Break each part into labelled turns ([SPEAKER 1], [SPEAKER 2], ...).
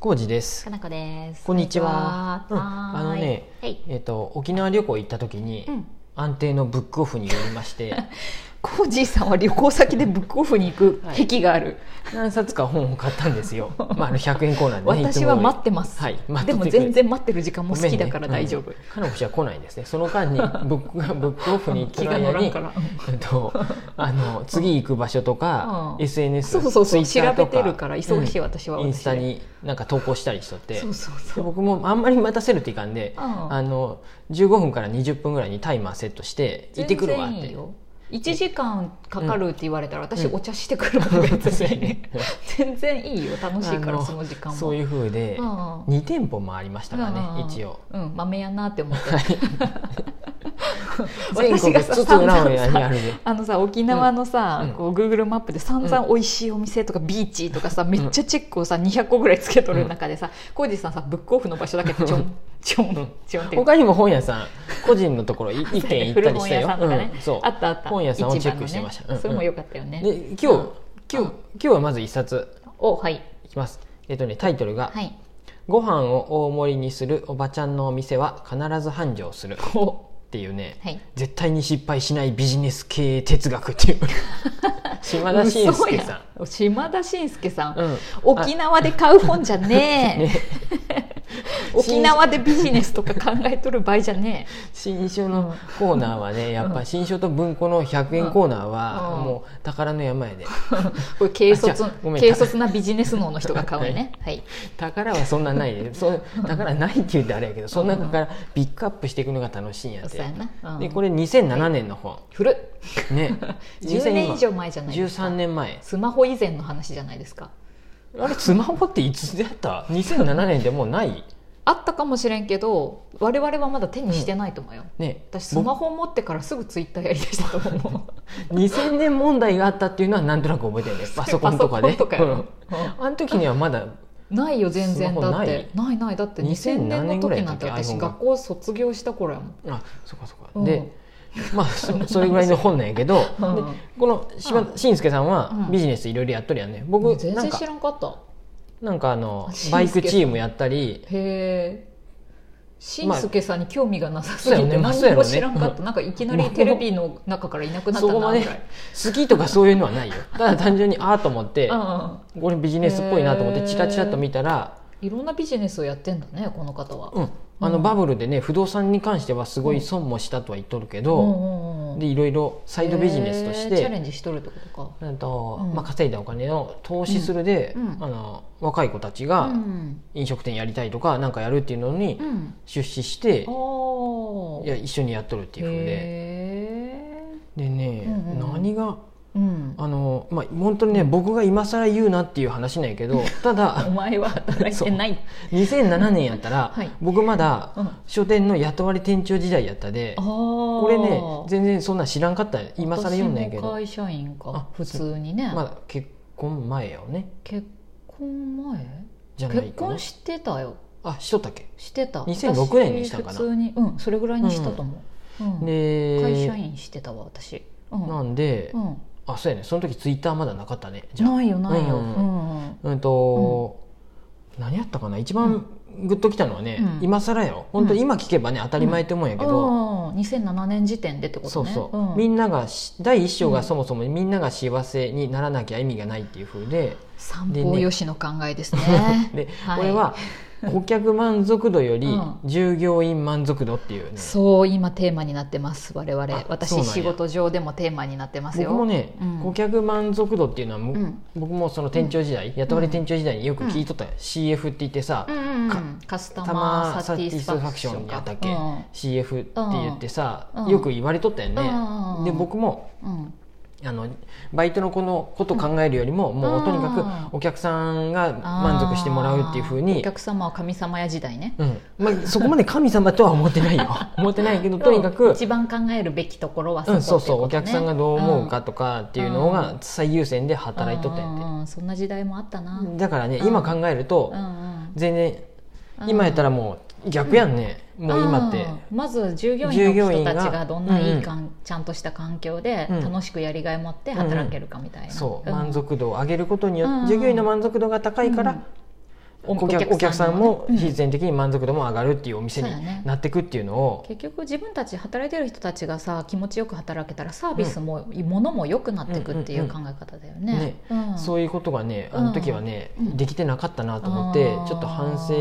[SPEAKER 1] 浩二です
[SPEAKER 2] か。なこです。
[SPEAKER 1] こんにちは。うん、
[SPEAKER 2] は
[SPEAKER 1] あの
[SPEAKER 2] ーい
[SPEAKER 1] ね
[SPEAKER 2] はい、
[SPEAKER 1] えっと沖縄旅行行った時に
[SPEAKER 2] うん
[SPEAKER 1] 安定のブックオフによりま して、
[SPEAKER 2] コージーさんは旅行先でブックオフに行く
[SPEAKER 1] はい
[SPEAKER 2] 癖がある。
[SPEAKER 1] 何冊か本を買ったんですよ。まああの100円コーナーでね。
[SPEAKER 2] 私は待ってます。
[SPEAKER 1] はい待ってて
[SPEAKER 2] でも
[SPEAKER 1] くれ
[SPEAKER 2] 全然待ってる時間も好きだから大丈夫。
[SPEAKER 1] かのこ氏は来ないですね。その 間にブックブックオフに行って
[SPEAKER 2] 気
[SPEAKER 1] る
[SPEAKER 2] が乗
[SPEAKER 1] 間
[SPEAKER 2] らん
[SPEAKER 1] に
[SPEAKER 2] か。ら。
[SPEAKER 1] えっと、あの次行く場所とか、
[SPEAKER 2] うん
[SPEAKER 1] SNS
[SPEAKER 2] そうそうそう
[SPEAKER 1] Twitter と
[SPEAKER 2] 調べてるから忙しい私は
[SPEAKER 1] うんインスタ
[SPEAKER 2] 私で
[SPEAKER 1] になんか投稿したりしとって
[SPEAKER 2] そうそう
[SPEAKER 1] で
[SPEAKER 2] そう。
[SPEAKER 1] 僕もあんまり待たせるといかんで、
[SPEAKER 2] うん
[SPEAKER 1] あの15分から20分ぐらいにタイマーセットして行ってくるわっ
[SPEAKER 2] 全然いい
[SPEAKER 1] て。
[SPEAKER 2] よ。一時間かかるって言われたら、私
[SPEAKER 1] うん。
[SPEAKER 2] お茶してくるもん別に
[SPEAKER 1] うん
[SPEAKER 2] 全然いいよ。楽しいか
[SPEAKER 1] あ
[SPEAKER 2] ら
[SPEAKER 1] の
[SPEAKER 2] その時間も。
[SPEAKER 1] そういう風で、
[SPEAKER 2] うんうん
[SPEAKER 1] 2店舗回りましたからね、
[SPEAKER 2] うんうん
[SPEAKER 1] 一応。
[SPEAKER 2] うん、豆やなって思って。
[SPEAKER 1] 全
[SPEAKER 2] 私
[SPEAKER 1] 国
[SPEAKER 2] がさ
[SPEAKER 1] 津々浦々に
[SPEAKER 2] 散々さ
[SPEAKER 1] あるで
[SPEAKER 2] あのさ沖縄のさ、
[SPEAKER 1] うん
[SPEAKER 2] こう Google マップで散々美味しいお店とかビーチとかさ、めっちゃチェックをさ200個ぐらいつけとる中でさ浩司さんさブックオフの場所だけちょんちょんちょんって
[SPEAKER 1] 他にも本屋さん個人のと ころい一軒行ったりした
[SPEAKER 2] 古本屋
[SPEAKER 1] よ
[SPEAKER 2] さんとかね、
[SPEAKER 1] うんそう
[SPEAKER 2] あったあった
[SPEAKER 1] 本屋さんをチェックして
[SPEAKER 2] 市場の
[SPEAKER 1] ました、うんうん
[SPEAKER 2] それも良かったよね
[SPEAKER 1] で今日今日
[SPEAKER 2] うん
[SPEAKER 1] 今日はまず一冊
[SPEAKER 2] おはい
[SPEAKER 1] いきますえっとねタイトルが、
[SPEAKER 2] はい
[SPEAKER 1] ご飯を大盛りにするおばちゃんのお店は必ず繁盛 する」っていうね、
[SPEAKER 2] はい
[SPEAKER 1] 絶対に失敗しないビジネス経営哲学って いう島田紳介さん
[SPEAKER 2] 嘘や島田紳介さん、
[SPEAKER 1] うん
[SPEAKER 2] 沖縄で買う本じゃねえ
[SPEAKER 1] ね
[SPEAKER 2] 沖縄でビジネスとか考えとる場合じゃねえ
[SPEAKER 1] 新書のコーナーはね、やっぱ新書と文庫の100円コーナーは
[SPEAKER 2] うん
[SPEAKER 1] もう宝の山やで
[SPEAKER 2] これ軽率
[SPEAKER 1] あじゃあごめん
[SPEAKER 2] 軽率なビジネス脳の人が買 うね、はい、
[SPEAKER 1] 宝はそんなないでそう宝ないって言うてあれやけどその中からピックアップしていくのが楽しいんやっ
[SPEAKER 2] そうや
[SPEAKER 1] て
[SPEAKER 2] な、うん、
[SPEAKER 1] でこれ2007年の本、
[SPEAKER 2] 古っ
[SPEAKER 1] ね
[SPEAKER 2] 10年以上前じゃないですか
[SPEAKER 1] 13年前
[SPEAKER 2] スマホ以前の話じゃないですか
[SPEAKER 1] あれスマホっていつでやった2007年でもうない
[SPEAKER 2] あったかもしれんけど我々はまだ手にしてないと思うよ、
[SPEAKER 1] ね
[SPEAKER 2] 私スマホ持ってからすぐツイッターやりだしたと思う
[SPEAKER 1] 僕2000年問題があったっていうのはなんとなく覚えてるんですパソコンとか
[SPEAKER 2] パ
[SPEAKER 1] ね
[SPEAKER 2] ソコンとか
[SPEAKER 1] う
[SPEAKER 2] や
[SPEAKER 1] ん
[SPEAKER 2] ろ
[SPEAKER 1] あの時にはまだ
[SPEAKER 2] ないよ全
[SPEAKER 1] ス
[SPEAKER 2] 然
[SPEAKER 1] マホ
[SPEAKER 2] だ
[SPEAKER 1] な
[SPEAKER 2] っ
[SPEAKER 1] い
[SPEAKER 2] てないないだって2000
[SPEAKER 1] 2007
[SPEAKER 2] 年
[SPEAKER 1] 年
[SPEAKER 2] の
[SPEAKER 1] ぐらいだ
[SPEAKER 2] 時な
[SPEAKER 1] っ
[SPEAKER 2] ん
[SPEAKER 1] け
[SPEAKER 2] て私
[SPEAKER 1] iPhone が
[SPEAKER 2] 学校卒業した頃やもん
[SPEAKER 1] あそっかそっか、
[SPEAKER 2] うん
[SPEAKER 1] でまあそそれぐらいの本なんやけど、
[SPEAKER 2] うん
[SPEAKER 1] でこの島
[SPEAKER 2] う
[SPEAKER 1] 紳介さんは
[SPEAKER 2] うん
[SPEAKER 1] ビジネスいろいろやっとるやんね
[SPEAKER 2] も
[SPEAKER 1] 僕
[SPEAKER 2] う全
[SPEAKER 1] なん
[SPEAKER 2] 然
[SPEAKER 1] か
[SPEAKER 2] 知らんかった
[SPEAKER 1] なんかあの
[SPEAKER 2] 紳介さん
[SPEAKER 1] バイクチームやったり
[SPEAKER 2] へえしんすけさんに興味がなさすぎ
[SPEAKER 1] そうやね
[SPEAKER 2] て
[SPEAKER 1] まあ
[SPEAKER 2] 何にも
[SPEAKER 1] そう
[SPEAKER 2] 知
[SPEAKER 1] や
[SPEAKER 2] ら
[SPEAKER 1] ろ
[SPEAKER 2] ん
[SPEAKER 1] ね
[SPEAKER 2] かった、なんかいきなりテレビの中からいなくなった
[SPEAKER 1] そ
[SPEAKER 2] な
[SPEAKER 1] こ
[SPEAKER 2] ぐ
[SPEAKER 1] ま
[SPEAKER 2] ら
[SPEAKER 1] で
[SPEAKER 2] い、
[SPEAKER 1] 好きとかそういうのはないよただ単純にああと思って
[SPEAKER 2] うん
[SPEAKER 1] これビジネスっぽいなと思ってチラチラっと見たら、
[SPEAKER 2] いろんなビジネスをやってんだねこの方は、
[SPEAKER 1] うん、あのバブルでね不動産に関してはすごい損もしたとは言っとるけど、
[SPEAKER 2] うんうんうん
[SPEAKER 1] でいろいろサイドビジネスとし
[SPEAKER 2] へーチャ
[SPEAKER 1] て、
[SPEAKER 2] レンジしとるってことか、
[SPEAKER 1] うんと
[SPEAKER 2] うん
[SPEAKER 1] まあ、稼いだお金を投資するで、
[SPEAKER 2] うんうん
[SPEAKER 1] あの若い子たちが
[SPEAKER 2] うん
[SPEAKER 1] 飲食店やりたいとかなんかやるっていうのに
[SPEAKER 2] うん、
[SPEAKER 1] 出資して、
[SPEAKER 2] おー
[SPEAKER 1] いや一緒にやっとるっていうふうで
[SPEAKER 2] へ
[SPEAKER 1] でね、
[SPEAKER 2] うんうんうん
[SPEAKER 1] 何が
[SPEAKER 2] ーうん
[SPEAKER 1] あの、まあ、本当にね僕が今更言うなっていう話なんやけどた
[SPEAKER 2] お
[SPEAKER 1] だ
[SPEAKER 2] 前は働いてない
[SPEAKER 1] 2007年やったら、
[SPEAKER 2] はい
[SPEAKER 1] 僕まだ
[SPEAKER 2] うん
[SPEAKER 1] 書店の雇われ店長時代やったで。こ
[SPEAKER 2] こ
[SPEAKER 1] れね全然そんなん知らんかった今更読んないけ
[SPEAKER 2] 私も
[SPEAKER 1] ど
[SPEAKER 2] 会社員か
[SPEAKER 1] あ
[SPEAKER 2] 普通にね、
[SPEAKER 1] まだ結婚前よね
[SPEAKER 2] 結婚前
[SPEAKER 1] じゃない
[SPEAKER 2] 結
[SPEAKER 1] かな
[SPEAKER 2] 婚してたよ
[SPEAKER 1] あしとったっけ
[SPEAKER 2] してた
[SPEAKER 1] 2006年にしたんかな
[SPEAKER 2] 私普通にうんそれぐらいにしたと思う、うん
[SPEAKER 1] で
[SPEAKER 2] 会社員してたわ私、うん
[SPEAKER 1] なんで、
[SPEAKER 2] うん、
[SPEAKER 1] あそうやねその時ツイッターまだなかったねじゃあ
[SPEAKER 2] ないよないよ、
[SPEAKER 1] う
[SPEAKER 2] うんん
[SPEAKER 1] うんと、何やったかな一番グッときたのはね、
[SPEAKER 2] うん
[SPEAKER 1] 今更よ本当に今聞けばね当たり前って思うんやけど、
[SPEAKER 2] ああ2007年時点でってことね
[SPEAKER 1] そうそう、
[SPEAKER 2] うん
[SPEAKER 1] みんながし第一章がそもそもみんなが幸せにならなきゃ意味がないっていう風で、
[SPEAKER 2] 三
[SPEAKER 1] で
[SPEAKER 2] 方
[SPEAKER 1] ね
[SPEAKER 2] よしの考えですね
[SPEAKER 1] で、
[SPEAKER 2] い
[SPEAKER 1] これは顧客満足度より
[SPEAKER 2] うん
[SPEAKER 1] 従業員満足度っていうね、
[SPEAKER 2] そう今テーマになってます我々
[SPEAKER 1] あそう
[SPEAKER 2] 私
[SPEAKER 1] なんや
[SPEAKER 2] 仕事上でもテーマになってますよ
[SPEAKER 1] 僕もね、
[SPEAKER 2] うん
[SPEAKER 1] 顧客満足度っていうのはも、
[SPEAKER 2] うん
[SPEAKER 1] 僕もその店長時代、雇われ店長時代によく聞いとった、CF って言ってさ、
[SPEAKER 2] うんうんうん
[SPEAKER 1] か
[SPEAKER 2] カスタ
[SPEAKER 1] タ
[SPEAKER 2] マ
[SPEAKER 1] マ
[SPEAKER 2] ー
[SPEAKER 1] ー
[SPEAKER 2] サ
[SPEAKER 1] サ
[SPEAKER 2] テ
[SPEAKER 1] テ
[SPEAKER 2] ィ
[SPEAKER 1] ィ
[SPEAKER 2] ス
[SPEAKER 1] ス
[SPEAKER 2] フ
[SPEAKER 1] フ
[SPEAKER 2] ァ
[SPEAKER 1] ァ
[SPEAKER 2] ク
[SPEAKER 1] ク
[SPEAKER 2] シ
[SPEAKER 1] シ
[SPEAKER 2] ョ
[SPEAKER 1] ョ
[SPEAKER 2] ン
[SPEAKER 1] ン
[SPEAKER 2] か
[SPEAKER 1] やったっけ、
[SPEAKER 2] うん
[SPEAKER 1] CF って言ってさ、
[SPEAKER 2] うん
[SPEAKER 1] よく言われとったよね、
[SPEAKER 2] うん
[SPEAKER 1] で僕も
[SPEAKER 2] うん
[SPEAKER 1] あのバイトの子のこと考えるよりも、もうとにかくお客さんが満足してもらうっていうふう
[SPEAKER 2] あーお
[SPEAKER 1] に、
[SPEAKER 2] 客様は神様や時代ね
[SPEAKER 1] うんまあ、そこまで神様とは思って ないよ思ってないけどとにか
[SPEAKER 2] うん
[SPEAKER 1] く、
[SPEAKER 2] 一番考えるべきところは
[SPEAKER 1] うん、
[SPEAKER 2] こ
[SPEAKER 1] そう
[SPEAKER 2] ってい
[SPEAKER 1] そうお
[SPEAKER 2] ことね
[SPEAKER 1] 客さんがどう思うかとかっていうの
[SPEAKER 2] う
[SPEAKER 1] が
[SPEAKER 2] ん
[SPEAKER 1] 最優先で働いとったんやって
[SPEAKER 2] んうんそんな時代もあったなうん
[SPEAKER 1] だからね、
[SPEAKER 2] うん
[SPEAKER 1] 今考えると、
[SPEAKER 2] うん
[SPEAKER 1] 全然
[SPEAKER 2] うん
[SPEAKER 1] 今やったらもう逆やんね、もう今って、
[SPEAKER 2] うんまず従業
[SPEAKER 1] 従
[SPEAKER 2] 員
[SPEAKER 1] 業
[SPEAKER 2] の
[SPEAKER 1] 員
[SPEAKER 2] 人
[SPEAKER 1] が
[SPEAKER 2] たちがどんないいかん、ちゃんとした環境で
[SPEAKER 1] うん
[SPEAKER 2] 楽しくやりがい持って働けるかみたいな、
[SPEAKER 1] そう、
[SPEAKER 2] ん
[SPEAKER 1] 満足度を上げることによって、
[SPEAKER 2] うん
[SPEAKER 1] 従業員の満足度が高いから、
[SPEAKER 2] うん
[SPEAKER 1] お客お客さんも必然的に満足度も上がるっていうお店に
[SPEAKER 2] そうだね
[SPEAKER 1] なっていくっていうのを
[SPEAKER 2] 結局自分たち働いてる人たちがさ気持ちよく働けたらサービスも、物も良くなっていくっていう考え方だよね。うん
[SPEAKER 1] そういうことがねあの時はね、
[SPEAKER 2] うん
[SPEAKER 1] できてなかったなと思って、
[SPEAKER 2] あー
[SPEAKER 1] ちょっと反省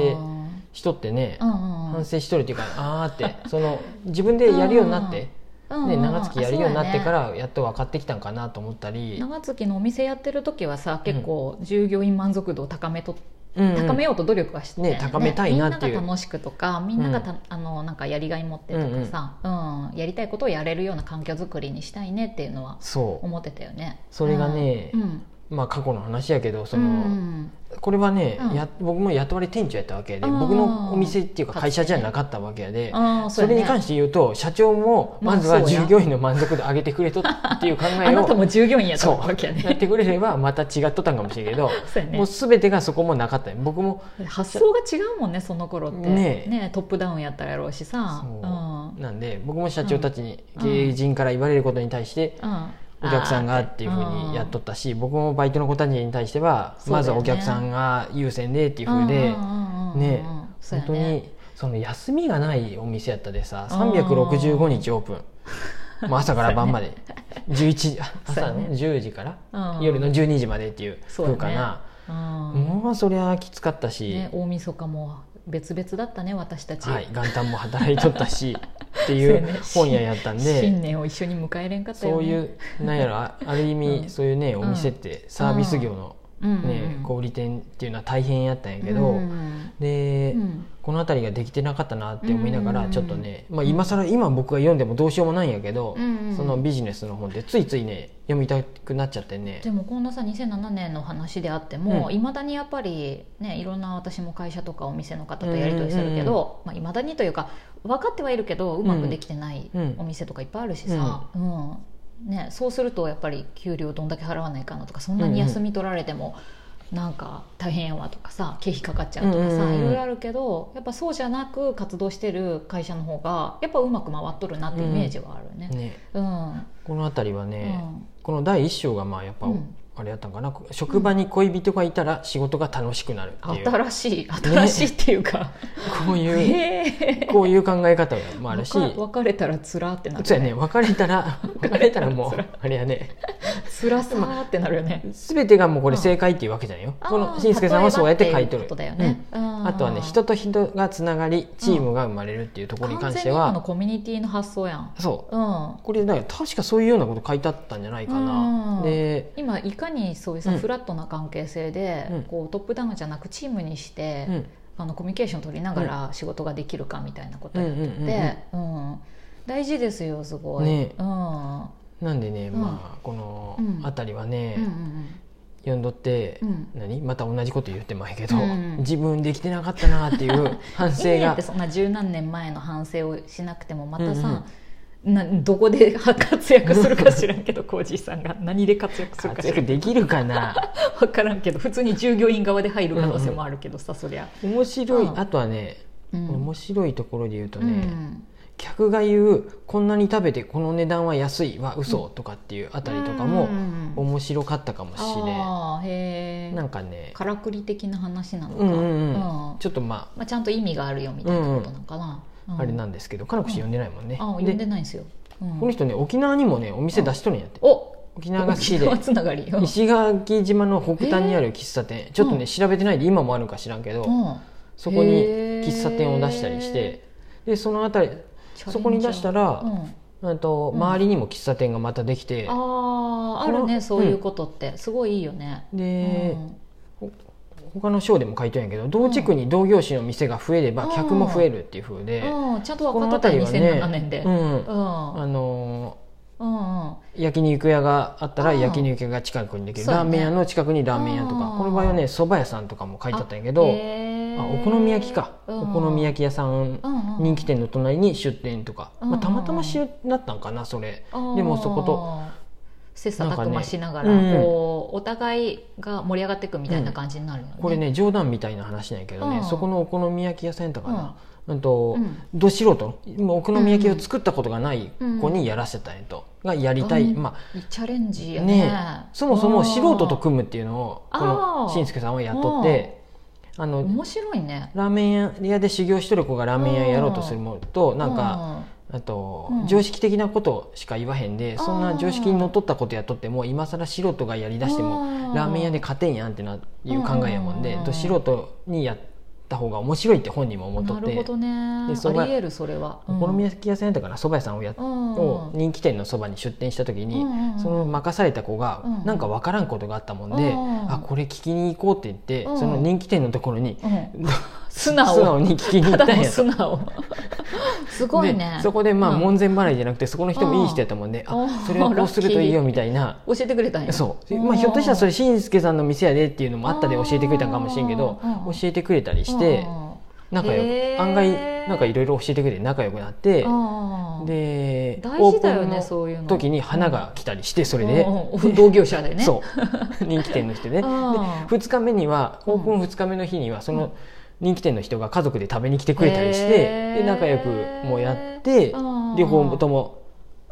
[SPEAKER 1] しとってね、
[SPEAKER 2] うんうん
[SPEAKER 1] 反省しとるっていうかああーってその自分でやるようになって、
[SPEAKER 2] うん
[SPEAKER 1] ね、
[SPEAKER 2] うん
[SPEAKER 1] 長月やるようになってか
[SPEAKER 2] あそうだね
[SPEAKER 1] らやっと分かってきたんかなと思ったり、
[SPEAKER 2] 長月のお店やってる時はさ結構従業員満足度を高めと、
[SPEAKER 1] うんうん
[SPEAKER 2] 高めようと努力はしてたよ
[SPEAKER 1] ね高めたいなっていう
[SPEAKER 2] みんなが楽しくとかみんながた、あのなんかやりがい持ってとかさ、うんやりたいことをやれるような環境づくりにしたいねっていうのは
[SPEAKER 1] そう
[SPEAKER 2] 思ってたよね
[SPEAKER 1] それがね
[SPEAKER 2] うん
[SPEAKER 1] まあ過去の話やけどその、
[SPEAKER 2] うん
[SPEAKER 1] これはね、
[SPEAKER 2] うん
[SPEAKER 1] や僕も雇われ店長やったわけで
[SPEAKER 2] あー
[SPEAKER 1] 僕のお店っていうか会社じゃなかったわけやで。
[SPEAKER 2] あー
[SPEAKER 1] それに
[SPEAKER 2] して
[SPEAKER 1] 関して言うと社長もまずは
[SPEAKER 2] まあそうや
[SPEAKER 1] 従業員の満足度上げてくれとっていう考えを
[SPEAKER 2] あなたも従業員やった
[SPEAKER 1] そう
[SPEAKER 2] わけや
[SPEAKER 1] やっ
[SPEAKER 2] ね。
[SPEAKER 1] てくれればまた違っとったんかもしれんけど
[SPEAKER 2] そうやね
[SPEAKER 1] もう全てがそこもなかったよ僕も
[SPEAKER 2] 発想が違うもんねその頃って
[SPEAKER 1] ね
[SPEAKER 2] ね
[SPEAKER 1] え
[SPEAKER 2] トップダウンやったらやろうしさ
[SPEAKER 1] そううん
[SPEAKER 2] うん
[SPEAKER 1] なんで僕も社長たちに
[SPEAKER 2] うん
[SPEAKER 1] 経営陣から言われることに対してお客さんが
[SPEAKER 2] あー
[SPEAKER 1] っていうふうにやっとったし僕もバイトの子たちに対しては
[SPEAKER 2] そうだよね
[SPEAKER 1] まずはお客さんが優先でっていう
[SPEAKER 2] うん
[SPEAKER 1] ふうで
[SPEAKER 2] うんうんうんうん
[SPEAKER 1] ね
[SPEAKER 2] そう
[SPEAKER 1] 本
[SPEAKER 2] や
[SPEAKER 1] 当にその休みがないお店やったでさ365日オープ ンもう朝から晩まで11時
[SPEAKER 2] そう
[SPEAKER 1] 朝
[SPEAKER 2] やね
[SPEAKER 1] の10時から
[SPEAKER 2] うん
[SPEAKER 1] 夜の12時までっていう
[SPEAKER 2] そうや
[SPEAKER 1] 風
[SPEAKER 2] ね
[SPEAKER 1] かな
[SPEAKER 2] うん
[SPEAKER 1] もうそりゃきつかったし
[SPEAKER 2] ね大晦日も別々だったね私たち、
[SPEAKER 1] はい、元旦も働いとった しって
[SPEAKER 2] そう
[SPEAKER 1] い
[SPEAKER 2] や
[SPEAKER 1] う
[SPEAKER 2] ね
[SPEAKER 1] 本屋やったん
[SPEAKER 2] 新
[SPEAKER 1] で
[SPEAKER 2] 年を一緒に迎えれんかったよね
[SPEAKER 1] そういうなんやろあある意
[SPEAKER 2] う
[SPEAKER 1] 味
[SPEAKER 2] ん
[SPEAKER 1] そういうねお店ってサービス業の
[SPEAKER 2] うんうんうん、
[SPEAKER 1] ね小売店っていうのは大変やったんやけ
[SPEAKER 2] う
[SPEAKER 1] ど
[SPEAKER 2] ん
[SPEAKER 1] で
[SPEAKER 2] うん
[SPEAKER 1] この辺りができてなかったなって思いなが
[SPEAKER 2] うんうん
[SPEAKER 1] ら
[SPEAKER 2] うん
[SPEAKER 1] ちょっとねまあ今更今僕が読んでもどうしようもないんやけど
[SPEAKER 2] うんうん
[SPEAKER 1] そのビジネスの本ってついついね読みたくなっちゃってね
[SPEAKER 2] でもこんなさ2007年の話であっても
[SPEAKER 1] うん
[SPEAKER 2] いま、未だにやっぱりねいろんな私も会社とかお店の方とやり取りするけどいまあ、未だにというか分かってはいるけどうまくできてない
[SPEAKER 1] うん
[SPEAKER 2] お店とかいっぱいあるしさ、うんね、そうするとやっぱり給料どんだけ払わないかなとかそんなに休み取られても。なんか大変やわとかさ経費かかっちゃうとかさ、
[SPEAKER 1] うんうんうん
[SPEAKER 2] いろいろあるけどやっぱそうじゃなく活動してる会社の方がやっぱうまく回っとるなってイメージはあるね。
[SPEAKER 1] ね
[SPEAKER 2] うん
[SPEAKER 1] この辺りはね
[SPEAKER 2] うん
[SPEAKER 1] この第一章がまあやっぱ
[SPEAKER 2] うん
[SPEAKER 1] あれやったんかな職場に恋人がいたら仕事が楽しくなるっていう
[SPEAKER 2] 新しい新しいっていうか、
[SPEAKER 1] こういう
[SPEAKER 2] へえ
[SPEAKER 1] こういう考え方もあるし、
[SPEAKER 2] 別別れたらつらってなる
[SPEAKER 1] そうやね、別れたら、別れたらも
[SPEAKER 2] そうれ、
[SPEAKER 1] あれやね、
[SPEAKER 2] つらさーってなるよね
[SPEAKER 1] すべてがもうこれ正解っていうわけじゃないよ。この、しんすけさんはそうやって書いとる。
[SPEAKER 2] とだよね、
[SPEAKER 1] うんあとはね、人と人がつながり、チームが生まれるっていうところに関して
[SPEAKER 2] 完全に今の
[SPEAKER 1] は、
[SPEAKER 2] コミュニティの発想やん、
[SPEAKER 1] そ
[SPEAKER 2] うん
[SPEAKER 1] う。、これ、だから確かそういうようなこと書いてあったんじゃないか
[SPEAKER 2] う
[SPEAKER 1] な。
[SPEAKER 2] ん
[SPEAKER 1] で、
[SPEAKER 2] 今いかにそういうさ、
[SPEAKER 1] うん
[SPEAKER 2] フラットな関係性で、
[SPEAKER 1] うん
[SPEAKER 2] こうトップダウンじゃなくチームにして、
[SPEAKER 1] うん
[SPEAKER 2] あのコミュニケーション取りながら仕事ができるかみたいなことやって
[SPEAKER 1] うんうん
[SPEAKER 2] て、うん大事ですよすごい、
[SPEAKER 1] ね
[SPEAKER 2] うんうん
[SPEAKER 1] なんでね、まあ、この
[SPEAKER 2] うん
[SPEAKER 1] あたりは
[SPEAKER 2] うんう
[SPEAKER 1] ね、
[SPEAKER 2] ん
[SPEAKER 1] 読んどって
[SPEAKER 2] うん、
[SPEAKER 1] 何また同じこと言ってまいけど
[SPEAKER 2] うん、
[SPEAKER 1] 自分できてなかったなっていう 反
[SPEAKER 2] い
[SPEAKER 1] 省
[SPEAKER 2] いねっ
[SPEAKER 1] が
[SPEAKER 2] て。そんな十何年前の反省をしなくてもまた
[SPEAKER 1] うん
[SPEAKER 2] さ、などこで 活躍するか知らんけどコージーさんが何で活躍するか
[SPEAKER 1] 活
[SPEAKER 2] 知ら
[SPEAKER 1] 躍
[SPEAKER 2] ん
[SPEAKER 1] できるかな
[SPEAKER 2] 分からんけど普通に従業員側で入る可能性もあるけどさ、そりゃ、
[SPEAKER 1] 面白い、
[SPEAKER 2] うん
[SPEAKER 1] あとはね、
[SPEAKER 2] うん
[SPEAKER 1] 面白いところで言うと
[SPEAKER 2] う
[SPEAKER 1] ね、
[SPEAKER 2] ん
[SPEAKER 1] 客が言う「こんなに食べてこの値段は安い」は嘘とかっていうあたりとかも
[SPEAKER 2] うん
[SPEAKER 1] 面白かったかもし
[SPEAKER 2] あーへ
[SPEAKER 1] れ
[SPEAKER 2] え
[SPEAKER 1] んなんかね、
[SPEAKER 2] からくり的な話なのか、
[SPEAKER 1] うんうんうん
[SPEAKER 2] うん
[SPEAKER 1] ちょっとま
[SPEAKER 2] まあ、ちゃんと意味があるよみたいなことなのかな、
[SPEAKER 1] ああれなんんですけどかなこ氏読んでないもんね、
[SPEAKER 2] あ読んでないんですよ、うん
[SPEAKER 1] この人ね沖縄にもねお店出しとるんやって、
[SPEAKER 2] お
[SPEAKER 1] 沖縄が好き
[SPEAKER 2] 沖
[SPEAKER 1] で
[SPEAKER 2] 縄つながりよ、
[SPEAKER 1] 石垣島の北端にある喫茶店、ちょっと
[SPEAKER 2] うん
[SPEAKER 1] ね調べてないで今もあるんか知らんけど、
[SPEAKER 2] うん
[SPEAKER 1] そこに
[SPEAKER 2] へー
[SPEAKER 1] 喫茶店を出したりしてでそのあたりそこに出したら、
[SPEAKER 2] うん
[SPEAKER 1] あと
[SPEAKER 2] うん
[SPEAKER 1] 周りにも喫茶店がまたできて、
[SPEAKER 2] あーある
[SPEAKER 1] こ
[SPEAKER 2] ね
[SPEAKER 1] の
[SPEAKER 2] そういうことって、すごいいいよね、
[SPEAKER 1] で
[SPEAKER 2] う、ん
[SPEAKER 1] 他の章でも書いてるんやけど同地区に同業種の店が増えれば
[SPEAKER 2] うん
[SPEAKER 1] 客も増えるっていう風で、
[SPEAKER 2] うんちゃんと
[SPEAKER 1] こ
[SPEAKER 2] 分
[SPEAKER 1] の
[SPEAKER 2] かっとった
[SPEAKER 1] 辺りはね
[SPEAKER 2] 2007年で、
[SPEAKER 1] う
[SPEAKER 2] うん
[SPEAKER 1] ん
[SPEAKER 2] うん
[SPEAKER 1] あの
[SPEAKER 2] うん
[SPEAKER 1] ー焼肉屋があったら
[SPEAKER 2] うん
[SPEAKER 1] 焼肉屋が近くにできる、
[SPEAKER 2] そう
[SPEAKER 1] ラ
[SPEAKER 2] だ
[SPEAKER 1] ー
[SPEAKER 2] ね
[SPEAKER 1] メン屋の近くにラーメン屋とか、
[SPEAKER 2] うん
[SPEAKER 1] この場合はね蕎麦屋さんとかも書いてあったんやけ
[SPEAKER 2] へ
[SPEAKER 1] ど、
[SPEAKER 2] ー
[SPEAKER 1] あお好み焼きか、
[SPEAKER 2] うん
[SPEAKER 1] お好み焼き屋さん
[SPEAKER 2] うんうん
[SPEAKER 1] 人気店の隣に出店とか、
[SPEAKER 2] うん
[SPEAKER 1] まあ、たまたましなったんかなそれ、
[SPEAKER 2] あー
[SPEAKER 1] でもそこと
[SPEAKER 2] 切磋琢磨しながら
[SPEAKER 1] なんかねうん
[SPEAKER 2] こうお互いが盛り上がっていくみたいな感じになるよね、
[SPEAKER 1] これね冗談みたいな話なんやけどね、
[SPEAKER 2] うん
[SPEAKER 1] そこのお好み焼き屋さんやったかな、うんと
[SPEAKER 2] うん
[SPEAKER 1] ど素人もうお好み焼きを作ったことがない子にやらせたいと、がやりたい、
[SPEAKER 2] うん
[SPEAKER 1] ま
[SPEAKER 2] チャレンジ
[SPEAKER 1] あ
[SPEAKER 2] や
[SPEAKER 1] ね
[SPEAKER 2] ね
[SPEAKER 1] えそもそも素人と
[SPEAKER 2] く
[SPEAKER 1] 組むっていうのを
[SPEAKER 2] あー
[SPEAKER 1] このしんすけさんはやっとってあの
[SPEAKER 2] 面白いね
[SPEAKER 1] ラーメン屋で修行しとる子がラーメン屋やろうとするのとなんか、あと、
[SPEAKER 2] うん
[SPEAKER 1] 常識的なことしか言わへんでそん
[SPEAKER 2] あ
[SPEAKER 1] な
[SPEAKER 2] ー
[SPEAKER 1] 常識にのっとったことやっとっても今更素人がやりだしても
[SPEAKER 2] も
[SPEAKER 1] ラーメン屋で勝てんやんってないう考えやもん
[SPEAKER 2] うん
[SPEAKER 1] で
[SPEAKER 2] うんうん
[SPEAKER 1] ど素人にやった方が面白いって本人も思っと
[SPEAKER 2] な
[SPEAKER 1] っ
[SPEAKER 2] るほ
[SPEAKER 1] て
[SPEAKER 2] どね
[SPEAKER 1] でそ
[SPEAKER 2] あ
[SPEAKER 1] ば
[SPEAKER 2] りえるそれは
[SPEAKER 1] お好み焼き屋さんやったからそば屋さんをやっ
[SPEAKER 2] うん
[SPEAKER 1] を人気店のそばに出店した時に
[SPEAKER 2] うんうん
[SPEAKER 1] そ の任された子が
[SPEAKER 2] うん
[SPEAKER 1] なんかわからんことがあったもんで
[SPEAKER 2] うん
[SPEAKER 1] あこれ聞きに行こうって言って
[SPEAKER 2] うん
[SPEAKER 1] その人気店のところに
[SPEAKER 2] うん素
[SPEAKER 1] 素
[SPEAKER 2] 直
[SPEAKER 1] 直に聞きに行ったた
[SPEAKER 2] だ
[SPEAKER 1] ん
[SPEAKER 2] の
[SPEAKER 1] や
[SPEAKER 2] 素
[SPEAKER 1] と。
[SPEAKER 2] 直すごいね
[SPEAKER 1] でそこでまあ
[SPEAKER 2] うん
[SPEAKER 1] 門前払いじゃなくてそこの人もいい人やったもんで、
[SPEAKER 2] うん
[SPEAKER 1] あそれはこうするといいよみたいな
[SPEAKER 2] 教えてくれたんや
[SPEAKER 1] そう、まあ、ひょっとしたらそれしんすけさんの店やでっていうのもあったで教えてくれたんかもしれんけど
[SPEAKER 2] うんうん
[SPEAKER 1] 教えてくれたりして仲
[SPEAKER 2] へ
[SPEAKER 1] 良
[SPEAKER 2] ー
[SPEAKER 1] く案外なんかいろいろ教えてくれて仲良くなって
[SPEAKER 2] で
[SPEAKER 1] で
[SPEAKER 2] 大
[SPEAKER 1] オー
[SPEAKER 2] 事だよね
[SPEAKER 1] プ
[SPEAKER 2] そういう
[SPEAKER 1] ン
[SPEAKER 2] の
[SPEAKER 1] の時に花が来たりしてそれで
[SPEAKER 2] うんうん同業者でね
[SPEAKER 1] そう 人気店の人でで
[SPEAKER 2] あー
[SPEAKER 1] 2日目にはオープン2日目の日にはその人気店の人が家族で食べに来てくれたりして
[SPEAKER 2] へー
[SPEAKER 1] で仲良くもやって
[SPEAKER 2] うん
[SPEAKER 1] 両方とも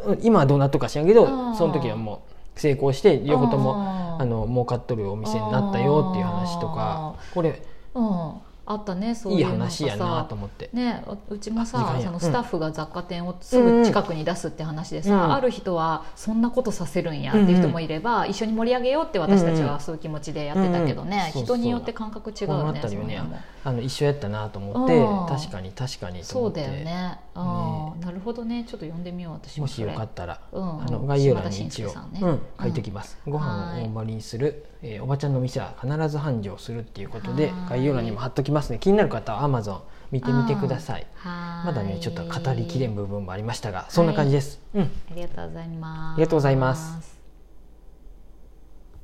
[SPEAKER 1] うん今はどうなっとるか知らんけど
[SPEAKER 2] うん
[SPEAKER 1] その時はもう成功して両方と
[SPEAKER 2] う
[SPEAKER 1] も
[SPEAKER 2] ん
[SPEAKER 1] あの儲かっとるお店になったよっていう話とかこれ
[SPEAKER 2] うんあったねそう
[SPEAKER 1] い
[SPEAKER 2] い
[SPEAKER 1] いう
[SPEAKER 2] のが
[SPEAKER 1] 話やな
[SPEAKER 2] さ
[SPEAKER 1] と思って。
[SPEAKER 2] ね、うちも
[SPEAKER 1] あ時間
[SPEAKER 2] さ
[SPEAKER 1] や
[SPEAKER 2] その
[SPEAKER 1] うん
[SPEAKER 2] スタッフが雑貨店をすぐ近くに出すって話でさ、
[SPEAKER 1] うん
[SPEAKER 2] ある人はそんなことさせるんやっていう人もいれば、一緒に盛り上げようって私たちはそういう気持ちでやってたけどね、
[SPEAKER 1] うんうん
[SPEAKER 2] 人によって感覚違う
[SPEAKER 1] この
[SPEAKER 2] よ
[SPEAKER 1] あ
[SPEAKER 2] ね
[SPEAKER 1] たりは
[SPEAKER 2] その
[SPEAKER 1] ね
[SPEAKER 2] 辺も
[SPEAKER 1] あの一緒やったなと思って
[SPEAKER 2] うん
[SPEAKER 1] 確かに確かにと
[SPEAKER 2] そ
[SPEAKER 1] 思っ
[SPEAKER 2] うだ
[SPEAKER 1] て
[SPEAKER 2] よねあーなるほどねちょっと呼んでみよう私
[SPEAKER 1] も
[SPEAKER 2] も
[SPEAKER 1] しよかったら、
[SPEAKER 2] うん
[SPEAKER 1] あの概要欄に一
[SPEAKER 2] 島田紳助
[SPEAKER 1] 応、
[SPEAKER 2] さんね
[SPEAKER 1] うん書いておきます、ご飯を大盛りにする、えーおばちゃんの店は必ず繁盛するっていうことで
[SPEAKER 2] はい
[SPEAKER 1] 概要欄にも貼っときますね気になる方は Amazon 見てみてくださいま
[SPEAKER 2] ま
[SPEAKER 1] だねちょっと語りきれん部分もありましたがそんな感じです、うん
[SPEAKER 2] ありがとうございます
[SPEAKER 1] ありがとうございます